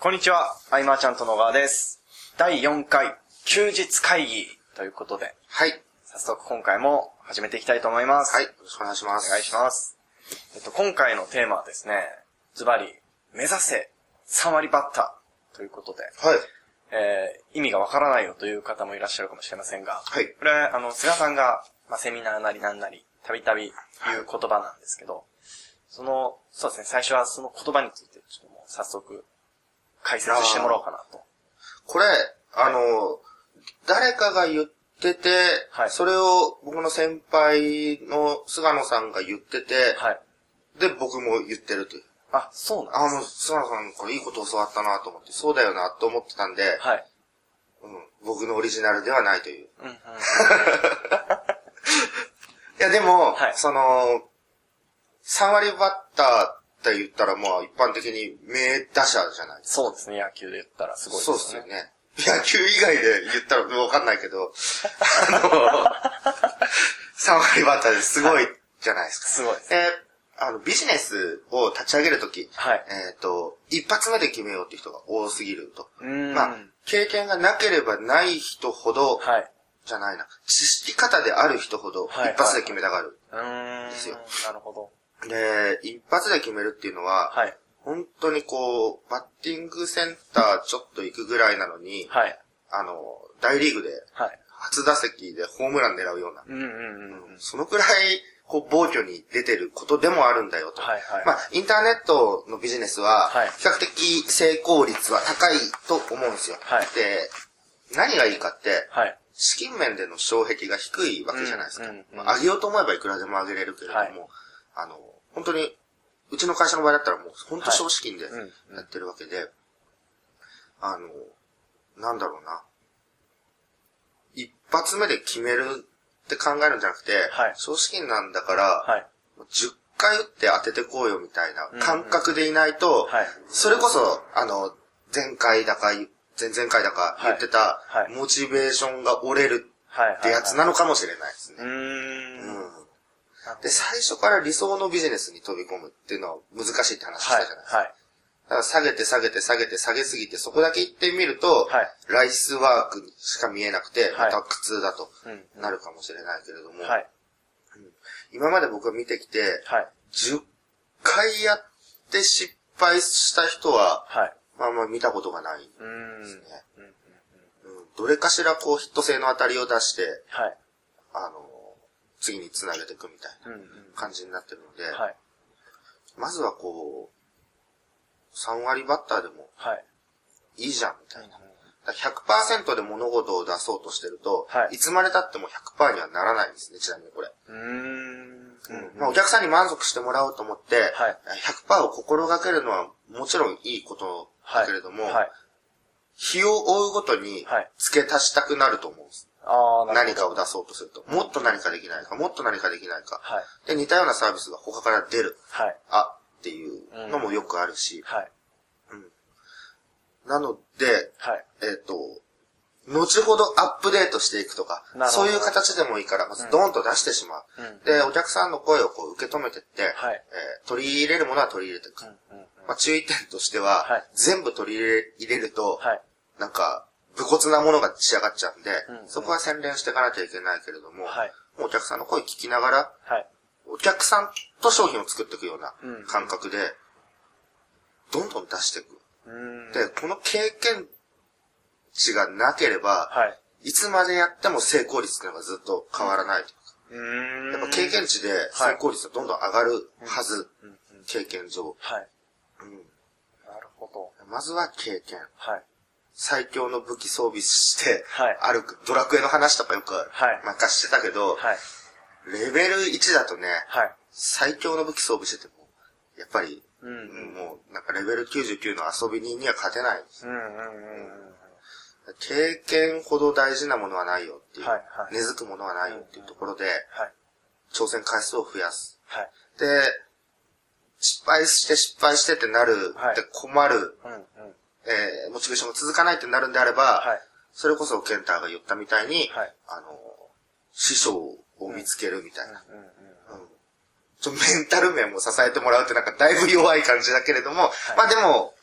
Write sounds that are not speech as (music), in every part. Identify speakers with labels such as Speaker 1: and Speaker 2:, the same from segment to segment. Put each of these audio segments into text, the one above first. Speaker 1: こんにちは、アイマーちゃんと野川です。第4回、休日会議ということで、
Speaker 2: はい。は
Speaker 1: 早速今回も始めていきたいと思います。
Speaker 2: い。よろしくお願いします。
Speaker 1: お願いし
Speaker 2: す。
Speaker 1: ます。えっと、今回のテーマはですね、ズバリ、目指せ、3割バッターということで、
Speaker 2: はい。
Speaker 1: えー、意味がわからないよという方もいらっしゃるかもしれませんが、
Speaker 2: はい
Speaker 1: これ、あの、菅さんが、まあ、セミナーなりなんなり、たびたび言う言葉なんですけど、その、そうですね、最初はその言葉について、ちょっともう早速、解説してもらおうかなと。
Speaker 2: これ、あの、誰かが言ってて、
Speaker 1: はい
Speaker 2: それを僕の先輩の菅野さんが言ってて、
Speaker 1: はい。
Speaker 2: で、僕も言ってるという。
Speaker 1: あ、そうなん
Speaker 2: あ、もう、菅野さん、これいいこと教わったなと思って、そうだよなと思ってたんで、
Speaker 1: はい。
Speaker 2: うん、僕のオリジナルではないという。
Speaker 1: うんうん。
Speaker 2: いや、でも、
Speaker 1: はい
Speaker 2: その、3割バッターって言ったら、まあ、一般的に名打者じゃないですか。
Speaker 1: そうですね、野球で言ったらすごいです
Speaker 2: そ
Speaker 1: ね。
Speaker 2: うですよね。野球以外で言ったらわかんないけど、あの、3割バッターですごいじゃないですか。
Speaker 1: すごいですね。
Speaker 2: えーあの、ビジネスを立ち上げるとき、
Speaker 1: はい
Speaker 2: えっ、と、一発目で決めようって人が多すぎると。
Speaker 1: うーん
Speaker 2: まあ、経験がなければない人ほど、
Speaker 1: はい。
Speaker 2: じゃないな、知識方である人ほど、
Speaker 1: はい
Speaker 2: 一発で決めたがる。
Speaker 1: うーん。
Speaker 2: ですよ
Speaker 1: なるほど。
Speaker 2: で、一発で決めるっていうのは、
Speaker 1: はい。
Speaker 2: 本当にこう、バッティングセンターちょっと行くぐらいなのに、
Speaker 1: はい。
Speaker 2: あの、大リーグで、
Speaker 1: はい。
Speaker 2: 初打席でホームラン狙うような、
Speaker 1: うんうんうん。
Speaker 2: そのくらい、こう、暴挙に出てることでもあるんだよと。
Speaker 1: はいはい
Speaker 2: まあ、インターネットのビジネスは
Speaker 1: はい、
Speaker 2: 比較的成功率は高いと思うんですよ。
Speaker 1: はい
Speaker 2: で、何がいいかって、
Speaker 1: はい。
Speaker 2: 資金面での障壁が低いわけじゃないです
Speaker 1: う
Speaker 2: か。
Speaker 1: んうんうん
Speaker 2: まあ上げようと思えばいくらでも上げれるけれども、
Speaker 1: はい
Speaker 2: あの、本当に、うちの会社の場合だったらもう本当少資金でや
Speaker 1: はいうんうん
Speaker 2: ってるわけで、あの、なんだろうな。一発目で決めるって考えるんじゃなくて、
Speaker 1: はい
Speaker 2: 少資金なんだから、
Speaker 1: はい。
Speaker 2: もう10回打って当ててこうよみたいな感覚でいないと、
Speaker 1: はい
Speaker 2: それこそ、あの、前回だか、前々回だか言ってた
Speaker 1: はいはい、
Speaker 2: モチベーションが折れる
Speaker 1: はい。
Speaker 2: ってやつなのかもしれないです
Speaker 1: う
Speaker 2: ね。
Speaker 1: ーん。
Speaker 2: う
Speaker 1: なる
Speaker 2: ん
Speaker 1: ほど
Speaker 2: で、最初から理想のビジネスに飛び込むっていうのは難しいって話し
Speaker 1: はい
Speaker 2: たじゃないですか。。
Speaker 1: はい。
Speaker 2: だから下げて下げて下げて下げすぎて、そこだけ行ってみると、
Speaker 1: はい
Speaker 2: ライスワークにしか見えなくて、
Speaker 1: は
Speaker 2: ま
Speaker 1: い
Speaker 2: た苦痛だと
Speaker 1: うん
Speaker 2: なるかもしれないけれども、
Speaker 1: はい。
Speaker 2: 今まで僕が見てきて、
Speaker 1: はい。
Speaker 2: 10回やって失敗した人は、
Speaker 1: はい。
Speaker 2: まあまあ見たことがないね。
Speaker 1: うーん。
Speaker 2: うん、どれかしらこうヒット性の当たりを出して、
Speaker 1: はい。
Speaker 2: あの、次に繋げていくみたい
Speaker 1: うんうん。
Speaker 2: な感じになってるので、
Speaker 1: はい。
Speaker 2: まずはこう、3割バッターでも
Speaker 1: はい。
Speaker 2: いいじゃんみたいな。だから100%で物事を出そうとしてると、
Speaker 1: はい
Speaker 2: い、つまで経っても100%にはならないんですね、ちなみにこれ。
Speaker 1: うーん。
Speaker 2: まあ、お客さんに満足してもらおうと思って、
Speaker 1: はい
Speaker 2: 100%を心がけるのはもちろんいいことだけれども、
Speaker 1: はい。
Speaker 2: 日を追うごとに
Speaker 1: はい
Speaker 2: 付け足したくなると思うんです。
Speaker 1: ああ、なる
Speaker 2: 何
Speaker 1: ほど。
Speaker 2: かを出そうとすると。もっと何かできないか、もっと何かできないか。
Speaker 1: はい。
Speaker 2: で、似たようなサービスが他から出る。
Speaker 1: はい。
Speaker 2: あ、っていうのもよくあるし。
Speaker 1: はい。
Speaker 2: なので、
Speaker 1: はい。
Speaker 2: えっ、と、後ほどアップデートしていくとか
Speaker 1: なるほど、
Speaker 2: そういう形でもいいから、まずドーンと出してしまう。
Speaker 1: うん
Speaker 2: で、お客さんの声をこう受け止めてって、
Speaker 1: はい
Speaker 2: えー取り入れるものは取り入れていく。
Speaker 1: うんうん。
Speaker 2: まあ、注意点としては、
Speaker 1: はい
Speaker 2: 全部取り入れ入れると、
Speaker 1: はい。
Speaker 2: なんか、武骨なものが仕上がっちゃうんで、
Speaker 1: うんうん
Speaker 2: そこは洗練していかなきゃいけないけれども、
Speaker 1: はい
Speaker 2: もうお客さんの声聞きながら、
Speaker 1: はい。
Speaker 2: お客さんと商品を作っていくような
Speaker 1: うん
Speaker 2: 感覚で、どんどん出していく。
Speaker 1: うーん。
Speaker 2: で、この経験値がなければ、
Speaker 1: はい。
Speaker 2: い、つまでやっても成功率っていうのがずっと変わらないとい
Speaker 1: うー
Speaker 2: う
Speaker 1: ん。
Speaker 2: か。やっぱ経験値で成功率がどんどん上がるはず、経験上、
Speaker 1: はい。
Speaker 2: うん
Speaker 1: なるほど。
Speaker 2: まずは経験。
Speaker 1: はい。
Speaker 2: 最強の武器装備して
Speaker 1: はい、
Speaker 2: 歩く、ドラクエの話とかよく、
Speaker 1: はい
Speaker 2: まあ貸してたけど、
Speaker 1: はい。
Speaker 2: レベル1だとね、
Speaker 1: はい。
Speaker 2: 最強の武器装備してても、やっぱり、
Speaker 1: うんうん
Speaker 2: もう、なんかレベル99の遊び人には勝てない。
Speaker 1: うんうんうん。
Speaker 2: 経験ほど大事なものはないよっていう、
Speaker 1: はいはい
Speaker 2: 根付くものはないよっていうところで、
Speaker 1: はい。
Speaker 2: 挑戦回数を増やす。
Speaker 1: はい。
Speaker 2: で、失敗して失敗してってなる
Speaker 1: はい
Speaker 2: って困る、
Speaker 1: うんうん。
Speaker 2: えー、モチベーションが続かないってなるんであれば、
Speaker 1: はい。
Speaker 2: それこそケンターが言ったみたいに、
Speaker 1: はい
Speaker 2: あの、師匠を見つけるみたいな。
Speaker 1: うんうん。
Speaker 2: ちょメンタル面も支えてもらうってなんかだいぶ弱い感じだけれども、まあでも、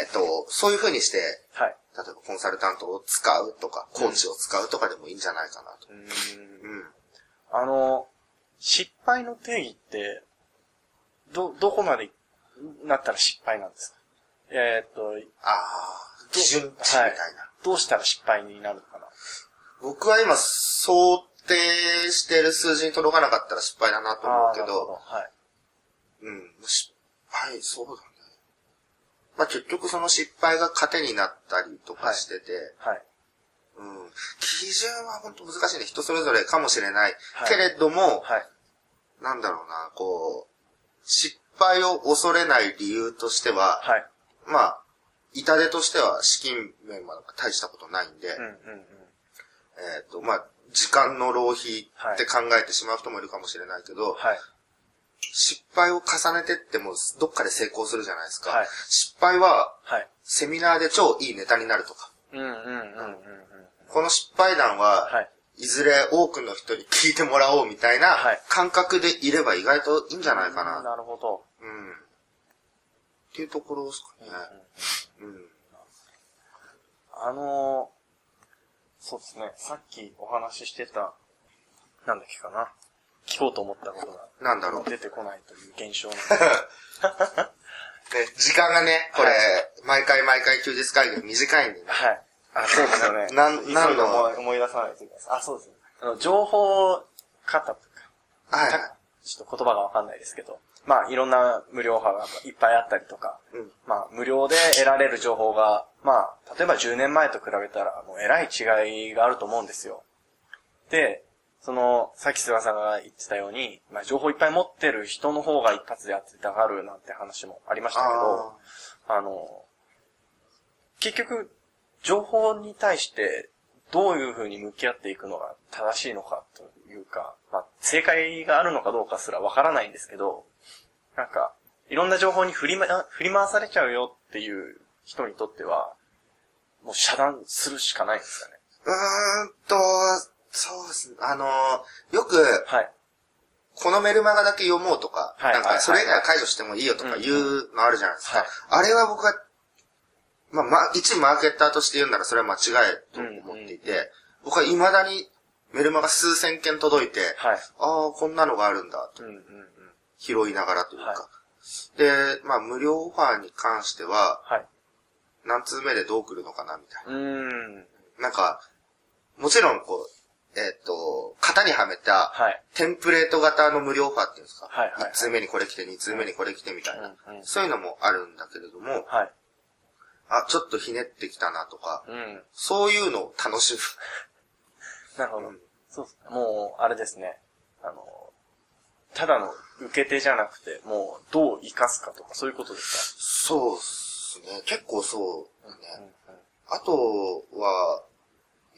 Speaker 2: えっと、そういう風にして、
Speaker 1: はい。
Speaker 2: 例えばコンサルタントを使うとか、コーチを使うとかでもいいんじゃないかなと。うん。
Speaker 1: あの、失敗の定義って、ど、どこまでなったら失敗なんですかえーっと、
Speaker 2: ああ、基準値みた
Speaker 1: は
Speaker 2: いな。
Speaker 1: いどうしたら失敗になるのかな
Speaker 2: 僕は今、想定してる数字に届かなかったら失敗だなと思うけど、
Speaker 1: なるほはい。
Speaker 2: うん、失敗、そうだね。まあ、結局その失敗が糧になったりとかしてて、
Speaker 1: はい。
Speaker 2: うん、基準は本当難しいね。人それぞれかもしれない。
Speaker 1: はい
Speaker 2: けれども、
Speaker 1: はい。
Speaker 2: なんだろうな、こう、失敗を恐れない理由としては、
Speaker 1: はい。
Speaker 2: まあ、痛手としては資金面は大したことないんで、
Speaker 1: うんうんうん。
Speaker 2: えっ、と、まあ、時間の浪費って考えてしまう人もいるかもしれないけど、
Speaker 1: はい。
Speaker 2: 失敗を重ねてってもどっかで成功するじゃないですか。
Speaker 1: はい
Speaker 2: 失敗は
Speaker 1: はい。
Speaker 2: セミナーで超いいネタになるとか。
Speaker 1: うんうんうんうんうん。
Speaker 2: この失敗談は、
Speaker 1: はい。
Speaker 2: いずれ多くの人に聞いてもらおうみたいな
Speaker 1: はい
Speaker 2: 感覚でいれば意外といいんじゃないかな。
Speaker 1: なるほど。
Speaker 2: うん。っていうところですかね。うん。
Speaker 1: あのー、そうですね。さっきお話ししてた、なんだっけかな。聞こうと思ったことが
Speaker 2: なんだろう。ね、
Speaker 1: 出てこないという現象の。
Speaker 2: 時間がね、これ、
Speaker 1: はい
Speaker 2: 毎回毎回休日会議短いんでね。
Speaker 1: はい。あ、そうですよね。
Speaker 2: (laughs) なんなんの
Speaker 1: 急いで思い思い出さないといけないです。あ、そうですね。あの、情報型とか、
Speaker 2: はい
Speaker 1: ち
Speaker 2: はい。
Speaker 1: ょっと言葉がわかんないですけど、まあ、いろんな無料派がいっぱいあったりとか、
Speaker 2: うん。
Speaker 1: まあ、無料で得られる情報が、まあ、例えば10年前と比べたら、もうえらい違いがあると思うんですよ。で、その、さっき菅さんが言ってたように、まあ、情報いっぱい持ってる人の方が一発で当てたがるなんて話もありましたけど、
Speaker 2: あ
Speaker 1: あの、結局、情報に対して、どういうふうに向き合っていくのが正しいのかというか、まあ、正解があるのかどうかすらわからないんですけど、なんか、いろんな情報に振り,、ま、振り回されちゃうよっていう人にとっては、もう遮断するしかないんですかね。
Speaker 2: ーうーんと、そうですね。あのーよく、
Speaker 1: はい。
Speaker 2: このメルマガだけ読もうとか、
Speaker 1: はいはいは
Speaker 2: なん
Speaker 1: いは
Speaker 2: か
Speaker 1: い
Speaker 2: それ以外は解除してもいいよとか言うのあるじゃないですか。
Speaker 1: はい
Speaker 2: あれは僕は、まあ、まあ、一マーケッターとして言うならそれは間違いと思っていて、僕は未だにメルマガ数千件届いて、
Speaker 1: はい。
Speaker 2: ああ、こんなのがあるんだと
Speaker 1: うんうんうん。
Speaker 2: 拾いながらというか。
Speaker 1: は
Speaker 2: で、まあ、無料オファーに関しては、
Speaker 1: はい。
Speaker 2: 何通目でどう来るのかなみたいな。
Speaker 1: うーん。
Speaker 2: なんか、もちろんこう、えっ、と、型にはめた、
Speaker 1: はい。
Speaker 2: テンプレート型の無料オファーっていうんですか。
Speaker 1: はいはいはい
Speaker 2: 1通目にこれ来て、2通目にこれ来てみたいな。
Speaker 1: うんうん
Speaker 2: そういうのもあるんだけれども、
Speaker 1: はい。
Speaker 2: あ、ちょっとひねってきたなとか、
Speaker 1: うん。
Speaker 2: そういうのを楽しむ。
Speaker 1: なるほど。
Speaker 2: うん
Speaker 1: そうっすねもう、あれですね。あの、ただの受け手じゃなくて、もう、どう生かすかとか、そういうことです
Speaker 2: そうっすね。結構そうだね。
Speaker 1: か、うんうん
Speaker 2: あとは、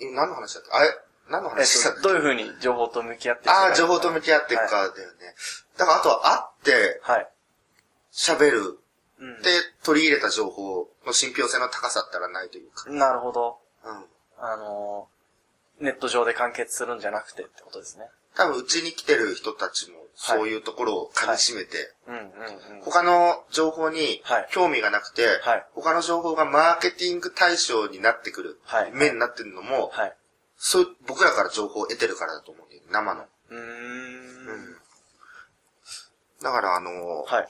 Speaker 2: え何の話だっけあれ何の
Speaker 1: え
Speaker 2: 話だっ
Speaker 1: っ
Speaker 2: け、
Speaker 1: と、どういうふうに情報と向き合っていく
Speaker 2: ああ、情報と
Speaker 1: 向
Speaker 2: 向き合っていくかだよね。だからあとは会って
Speaker 1: はい。
Speaker 2: 喋る
Speaker 1: うん
Speaker 2: で、取り入れた情報の信憑性の高さったらないというか。
Speaker 1: なるほど。
Speaker 2: うん。
Speaker 1: あの、ネット上で完結するんじゃなくてってことですね。
Speaker 2: 多分、うちに来てる人たちも、そういうところを噛み締めて、
Speaker 1: うんうんうん。
Speaker 2: 他の情報に
Speaker 1: はい
Speaker 2: 興味がなくて、
Speaker 1: はい
Speaker 2: 他の情報がマーケティング対象になってくる、
Speaker 1: はい
Speaker 2: 面になってるのも、
Speaker 1: はい。
Speaker 2: そう、僕らから情報を得てるからだと思うんだよね、生の。
Speaker 1: うーん。
Speaker 2: だから、あの、
Speaker 1: はい。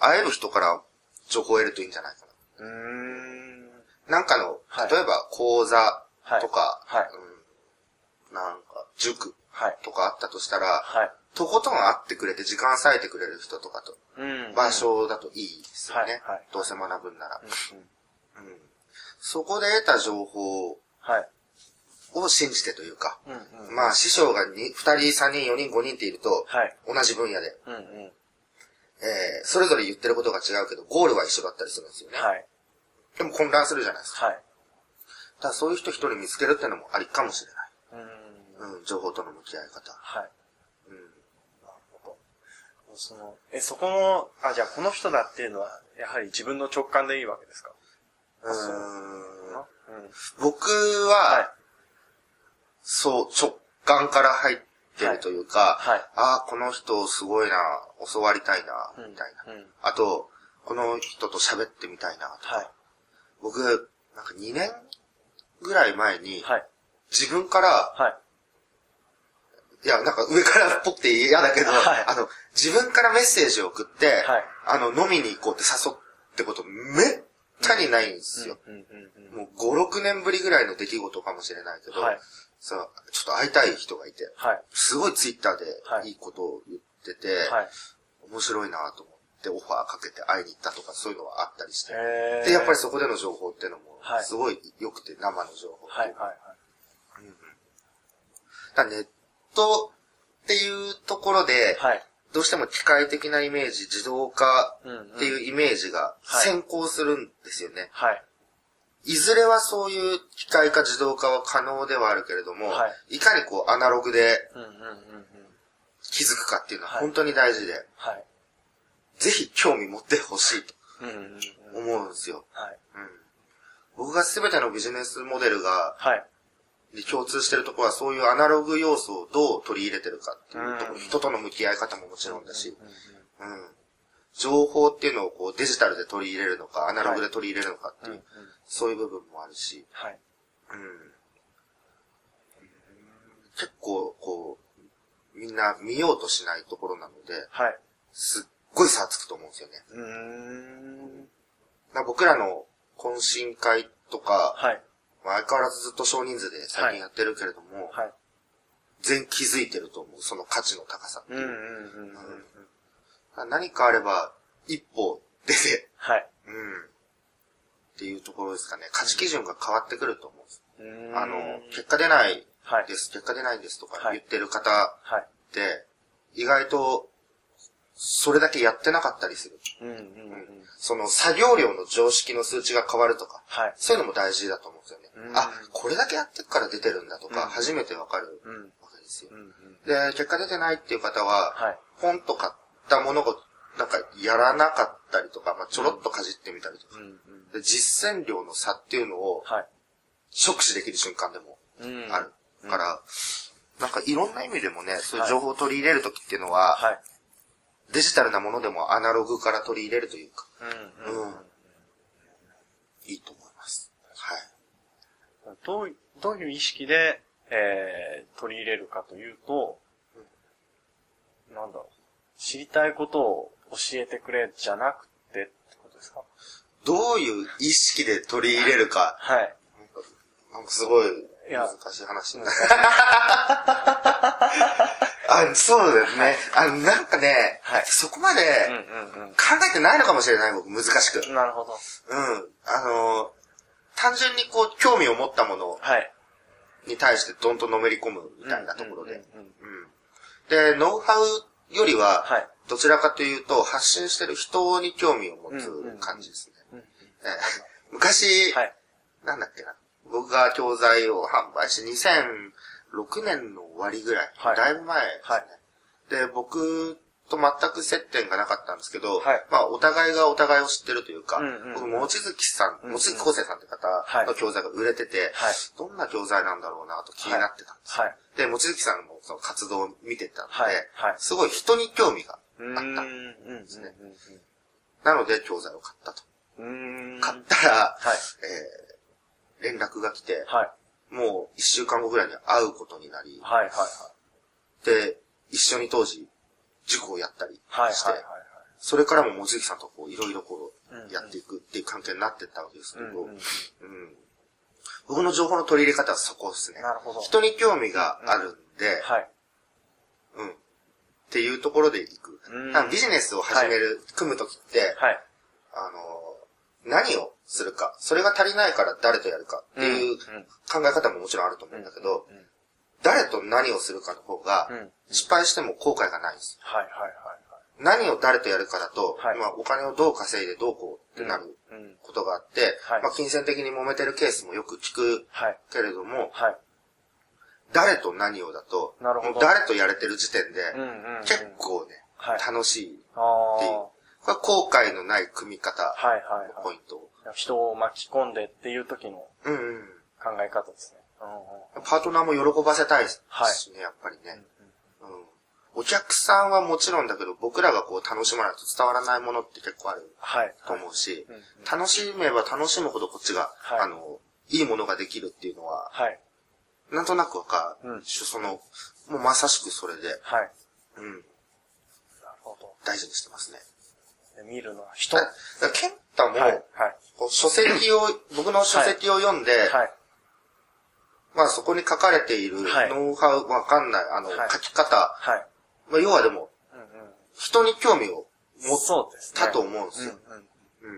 Speaker 2: 会える人から情報を得るといいんじゃないか
Speaker 1: うーん。
Speaker 2: な。なんかの、
Speaker 1: はい
Speaker 2: 例えば講座とか、
Speaker 1: はいはい
Speaker 2: うんなんか塾
Speaker 1: はい。
Speaker 2: とかあったとしたら、
Speaker 1: はい。
Speaker 2: とことん会ってくれて時間割いてくれる人とかと、
Speaker 1: うん。
Speaker 2: 場所だといいですよね。
Speaker 1: はいはい
Speaker 2: どうせ学ぶんなら、
Speaker 1: うんうん。
Speaker 2: うんそこで得た情報
Speaker 1: はい。
Speaker 2: を信じてというか、
Speaker 1: うんうん。
Speaker 2: まあ師匠が 2, 二人、3人、4人、5人っていると、
Speaker 1: はい。
Speaker 2: 同じ分野で、
Speaker 1: うんうん。
Speaker 2: えーそれぞれ言ってることが違うけど、ゴールは一緒だったりするんですよね。
Speaker 1: はい。
Speaker 2: でも混乱するじゃないですか。
Speaker 1: はい。
Speaker 2: だからそういう人一人見つけるっていうのもありかもしれな
Speaker 1: うーん。
Speaker 2: い。うん、情報との向き合い方。
Speaker 1: はい。
Speaker 2: うん。
Speaker 1: なるほど。その、え、そこの、あ、じゃあこの人だっていうのは、やはり自分の直感でいいわけですかそう
Speaker 2: う
Speaker 1: う
Speaker 2: ーん
Speaker 1: ん。
Speaker 2: 僕
Speaker 1: はい
Speaker 2: は、。そう、直感から入ってるというか、
Speaker 1: はいはい
Speaker 2: ああ、この人すごいな、教わりたいな、みたいな。
Speaker 1: うん。
Speaker 2: あと、この人と喋ってみたいなと。
Speaker 1: はい。
Speaker 2: 僕、なんか2年ぐらい前に、
Speaker 1: はい。
Speaker 2: 自分から、
Speaker 1: はい。
Speaker 2: いや、なんか上からっぽくて嫌だけど、
Speaker 1: はい
Speaker 2: あの、自分からメッセージを送って、
Speaker 1: はい
Speaker 2: あの、飲みに行こうって誘ってことめったにないんですよ。
Speaker 1: うんうんうん。
Speaker 2: もう5、6年ぶりぐらいの出来事かもしれないけど、
Speaker 1: はい。
Speaker 2: さちょっと会いたい人がいて、
Speaker 1: はい。
Speaker 2: すごいツイッター
Speaker 1: は
Speaker 2: で
Speaker 1: い
Speaker 2: いいことを言ってて、
Speaker 1: はい。
Speaker 2: 面白いなと思ってオファーかけて会いに行ったとかそういうのはあったりして、
Speaker 1: へ
Speaker 2: で、やっぱりそこでの情報っていうのも
Speaker 1: は、い
Speaker 2: すごい良くて、生の情報。
Speaker 1: はい。はい。はい。
Speaker 2: だからネットっていうところで、
Speaker 1: はい。
Speaker 2: どうしても機械的なイメージ、自動化っていうイメージが
Speaker 1: はい
Speaker 2: 先行するんですよね。
Speaker 1: はい。
Speaker 2: いずれはそういう機械化自動化は可能ではあるけれども、、
Speaker 1: はい
Speaker 2: かにこうアナログで
Speaker 1: うんうんうんうん。
Speaker 2: 気づくかっていうのは
Speaker 1: はい
Speaker 2: 本当に大事で、
Speaker 1: はい。
Speaker 2: ぜひ興味持ってほしいと
Speaker 1: うんうんうん。
Speaker 2: 思うんですよ。
Speaker 1: はい。
Speaker 2: うん、僕が全てのビジネスモデルが
Speaker 1: はい。
Speaker 2: で共通してるところはそういうアナログ要素をどう取り入れてるかっていうところ、
Speaker 1: うん
Speaker 2: 人との向き合い方ももちろんだし、
Speaker 1: うんうんうん
Speaker 2: うん、情報っていうのをこうデジタルで取り入れるのか、アナログで取り入れるのかっていう、
Speaker 1: うんうん
Speaker 2: そういう部分もあるし、
Speaker 1: はい。
Speaker 2: うん、結構こう、みんな見ようとしないところなので、
Speaker 1: はい。
Speaker 2: すっごい差つくと思うんですよね。
Speaker 1: うーん。
Speaker 2: まあ僕らの懇親会とか、
Speaker 1: はい。
Speaker 2: まあ相変わらずずっと少人数で最近やってるけれども、
Speaker 1: はい。
Speaker 2: 全員気づいてると思う、その価値の高さ。
Speaker 1: うんうんうんうんうん。
Speaker 2: 何かあれば、一歩出て、
Speaker 1: はい。
Speaker 2: うん。っていうところですかね。価値基準が変わってくると思うんです。
Speaker 1: うーん
Speaker 2: あの、結果出ない
Speaker 1: はい。
Speaker 2: です、結果出ないんですとか
Speaker 1: はい
Speaker 2: 言ってる方
Speaker 1: はい。
Speaker 2: って、意外と、それだけやってなかったりする。
Speaker 1: うんうんうん。
Speaker 2: その作業量の常識の数値が変わるとか、
Speaker 1: はい。
Speaker 2: そういうのも大事だと思うんですよね
Speaker 1: う。ん
Speaker 2: あ、これだけやってくから出てるんだと
Speaker 1: う
Speaker 2: か、
Speaker 1: ん
Speaker 2: 初めてわかる
Speaker 1: うん。うん
Speaker 2: わけですよ。
Speaker 1: うん。
Speaker 2: で、結果出てないっていう方は、
Speaker 1: はい。
Speaker 2: 本と買ったものを、なんか、やらなかったりとか、まあ、ちょろっとかじってみたりとか
Speaker 1: う、んうん。
Speaker 2: で実践量の差っていうのを、
Speaker 1: はい。
Speaker 2: 直視できる瞬間でも
Speaker 1: うん
Speaker 2: ある。から、なんか、いろんな意味でもね、そういう
Speaker 1: はい
Speaker 2: 情報を取り入れるときっていうのは、
Speaker 1: はい。
Speaker 2: デジタルなものでもアナログから取り入れるというか、
Speaker 1: うんうん
Speaker 2: うん。いいと思います。はい。
Speaker 1: どうい、どういう意識で、えー、取り入れるかというと、なんだろう。知りたいことを教えてくれじゃなくてってことですか
Speaker 2: どういう意識で取り入れるか、
Speaker 1: はい。
Speaker 2: なんかすごい
Speaker 1: いや
Speaker 2: 難しい話になる。 (laughs) あ、そうですね。あの、なんかね、
Speaker 1: はい
Speaker 2: そこまで
Speaker 1: うんうん
Speaker 2: 考えてないのかもしれない、僕、難しく。うん。
Speaker 1: うん。なるほど。
Speaker 2: あの、単純にこう、興味を持ったもの
Speaker 1: はい。
Speaker 2: に対してどんとのめり込むみたいなところで。
Speaker 1: うんうんうんうん
Speaker 2: うん。で、ノウハウよりは、
Speaker 1: はい
Speaker 2: どちらかというと、発信してる人に興味を持
Speaker 1: うんうんう
Speaker 2: つ
Speaker 1: ん
Speaker 2: 感じですね。
Speaker 1: うんうん
Speaker 2: ええ昔、
Speaker 1: はい。
Speaker 2: なんだっけな。僕が教材を販売して2006年の終わりぐらい。
Speaker 1: はい
Speaker 2: だいぶ前ですね。で、僕と全く接点がなかったんですけど、
Speaker 1: はい
Speaker 2: まあ、お互いがお互いを知ってるというか、
Speaker 1: うんうん
Speaker 2: 僕、望月さ、
Speaker 1: うんん
Speaker 2: 望月昴生さんって方の
Speaker 1: はい
Speaker 2: 教材が売れてて、
Speaker 1: はい
Speaker 2: どんな教材なんだろうなと気になってたんですよ。
Speaker 1: はい。
Speaker 2: で、望月さんのその活動を見てたので、
Speaker 1: はい。はい。
Speaker 2: すごい人に興味が
Speaker 1: うーん
Speaker 2: あった。
Speaker 1: うん
Speaker 2: すねなので、教材を買ったと。
Speaker 1: うんうん。
Speaker 2: 買ったら、
Speaker 1: はい。
Speaker 2: えー連絡が来て、
Speaker 1: はい。
Speaker 2: もう一週間後ぐらいに会うことになり、
Speaker 1: はい。はい。
Speaker 2: で、一緒に当時、塾をやったりして、
Speaker 1: はい。はい。はい。
Speaker 2: それからも望月さんとこう、いろいろこ
Speaker 1: うんうん
Speaker 2: う、やっていくっていう関係になってったわけですけ
Speaker 1: う
Speaker 2: ど、
Speaker 1: んうんうん
Speaker 2: うん僕の情報の取り入れ方はそこですね。
Speaker 1: なるほど。
Speaker 2: 人に興味があるんで、
Speaker 1: はい。
Speaker 2: うん。っていうところでいく。
Speaker 1: うん
Speaker 2: だからビジネスを始める、組むときって、
Speaker 1: はい。
Speaker 2: あの、何をするか、それが足りないから誰とやるかってい
Speaker 1: う
Speaker 2: う
Speaker 1: んうん
Speaker 2: 考え方ももちろんあると思うんだけど、
Speaker 1: うん
Speaker 2: 誰と何をするかの方が
Speaker 1: うん、
Speaker 2: 失敗しても後悔がないんです。
Speaker 1: はい。はい。はい。
Speaker 2: 何を誰とやるかだと、
Speaker 1: はい
Speaker 2: まあお金をどう稼いでどうこうってなる
Speaker 1: うんうん。
Speaker 2: ことがあって、
Speaker 1: はい
Speaker 2: まあ金銭的に揉めてるケースもよく聞く
Speaker 1: はい。
Speaker 2: けれども、
Speaker 1: はい。
Speaker 2: 誰と何をだと、
Speaker 1: なるほど
Speaker 2: もう誰とやれてる時点で、
Speaker 1: うんうんうん。
Speaker 2: 結構ね、
Speaker 1: はい
Speaker 2: 楽しい。
Speaker 1: ああ。
Speaker 2: っていうこれは後悔のない組み方
Speaker 1: はいはい
Speaker 2: の
Speaker 1: は
Speaker 2: ポ
Speaker 1: い
Speaker 2: イント。。
Speaker 1: 人を巻き込んでっていう時の
Speaker 2: うんうん。
Speaker 1: 考え方ですね。うんうん
Speaker 2: パートナーも喜ばせたいしね、
Speaker 1: はい
Speaker 2: やっぱりね。うん。お客さんはもちろんだけど、僕らがこう楽しまないと伝わらないものって結構ある
Speaker 1: はい。
Speaker 2: と思うし、
Speaker 1: うんうん
Speaker 2: 楽しめば楽しむほどこっちが、
Speaker 1: はい
Speaker 2: あの、いいものができるっていうのは、
Speaker 1: はい。
Speaker 2: なんとなくわかる、
Speaker 1: うん
Speaker 2: その、もうまさしくそれで、
Speaker 1: はい。
Speaker 2: うん、
Speaker 1: なるほど
Speaker 2: 大事にしてますね。。
Speaker 1: で見るのは人。
Speaker 2: だ
Speaker 1: は
Speaker 2: だ
Speaker 1: い。
Speaker 2: からケンタも、
Speaker 1: はい。
Speaker 2: こう書籍を、 (clears throat) 僕の書籍を読んで、
Speaker 1: はい。
Speaker 2: まあそこに書かれている
Speaker 1: はい
Speaker 2: ノウハウ、わかんない、あの、
Speaker 1: はい
Speaker 2: 書き方、
Speaker 1: はい。
Speaker 2: まあ要はでも、
Speaker 1: うんうん。
Speaker 2: 人に興味を持っ
Speaker 1: そうですね。
Speaker 2: たと思うんですよ。
Speaker 1: うんうん。
Speaker 2: う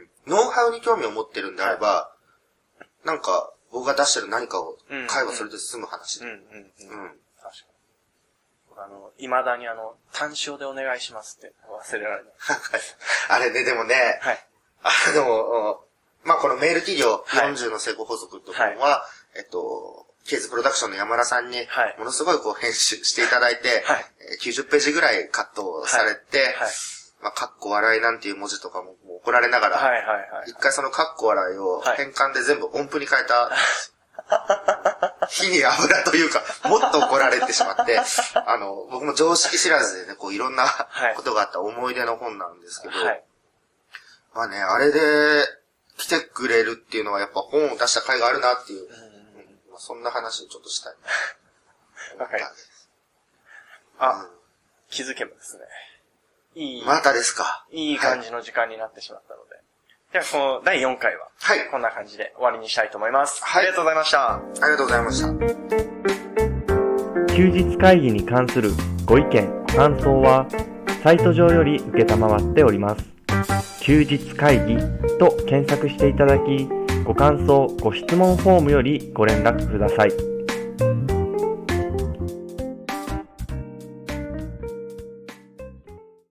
Speaker 2: んノウハウに興味を持ってるんであれば、なんか、僕が出してる何かを
Speaker 1: うん
Speaker 2: 買えばそれで済む話
Speaker 1: う
Speaker 2: で。
Speaker 1: んうん
Speaker 2: う
Speaker 1: うん。
Speaker 2: ん。
Speaker 1: 確かに。僕あの、未だにあの、単勝でお願いしますって忘れられない。
Speaker 2: あれね、でもね、
Speaker 1: はい。
Speaker 2: あの、まあ、このメール企業
Speaker 1: はい
Speaker 2: 40の成功法則って本は、えっと、ケーズプロダクションの山田さんに
Speaker 1: はい、
Speaker 2: ものすごいこう編集していただいて、
Speaker 1: はい
Speaker 2: えー90ページぐらいカットされて、
Speaker 1: はい。
Speaker 2: まあ、かっこ笑いなんていう文字とかももう怒られながら、
Speaker 1: はいはいはい
Speaker 2: 一。回そのカッコ笑いを
Speaker 1: はい
Speaker 2: 変換で全部音符に変えた、火に油というか、もっと怒られてしまって、
Speaker 1: (laughs)
Speaker 2: あの、僕も常識知らずでね、こういろんな
Speaker 1: はい
Speaker 2: ことがあった思い出の本なんですけど、
Speaker 1: はい。
Speaker 2: まあね、あれで来てくれるっていうのはやっぱ本を出した甲斐があるなっていう、まあ、そんな話をちょっとしたいな。
Speaker 1: わかりまあ、気づけばですね。いい、
Speaker 2: うんまたですか。
Speaker 1: いい感じの時間になってしまったので。では、この第4回は、
Speaker 2: はい。
Speaker 1: こんな感じで終わりにしたいと思います。
Speaker 2: はい
Speaker 1: ありがとうございました。
Speaker 2: ありがとうございました。
Speaker 3: 休日会議に関するご意見、ご感想は、サイト上より受けたまわっております。休日会議と検索していただき、ご感想、ご質問フォームよりご連絡ください。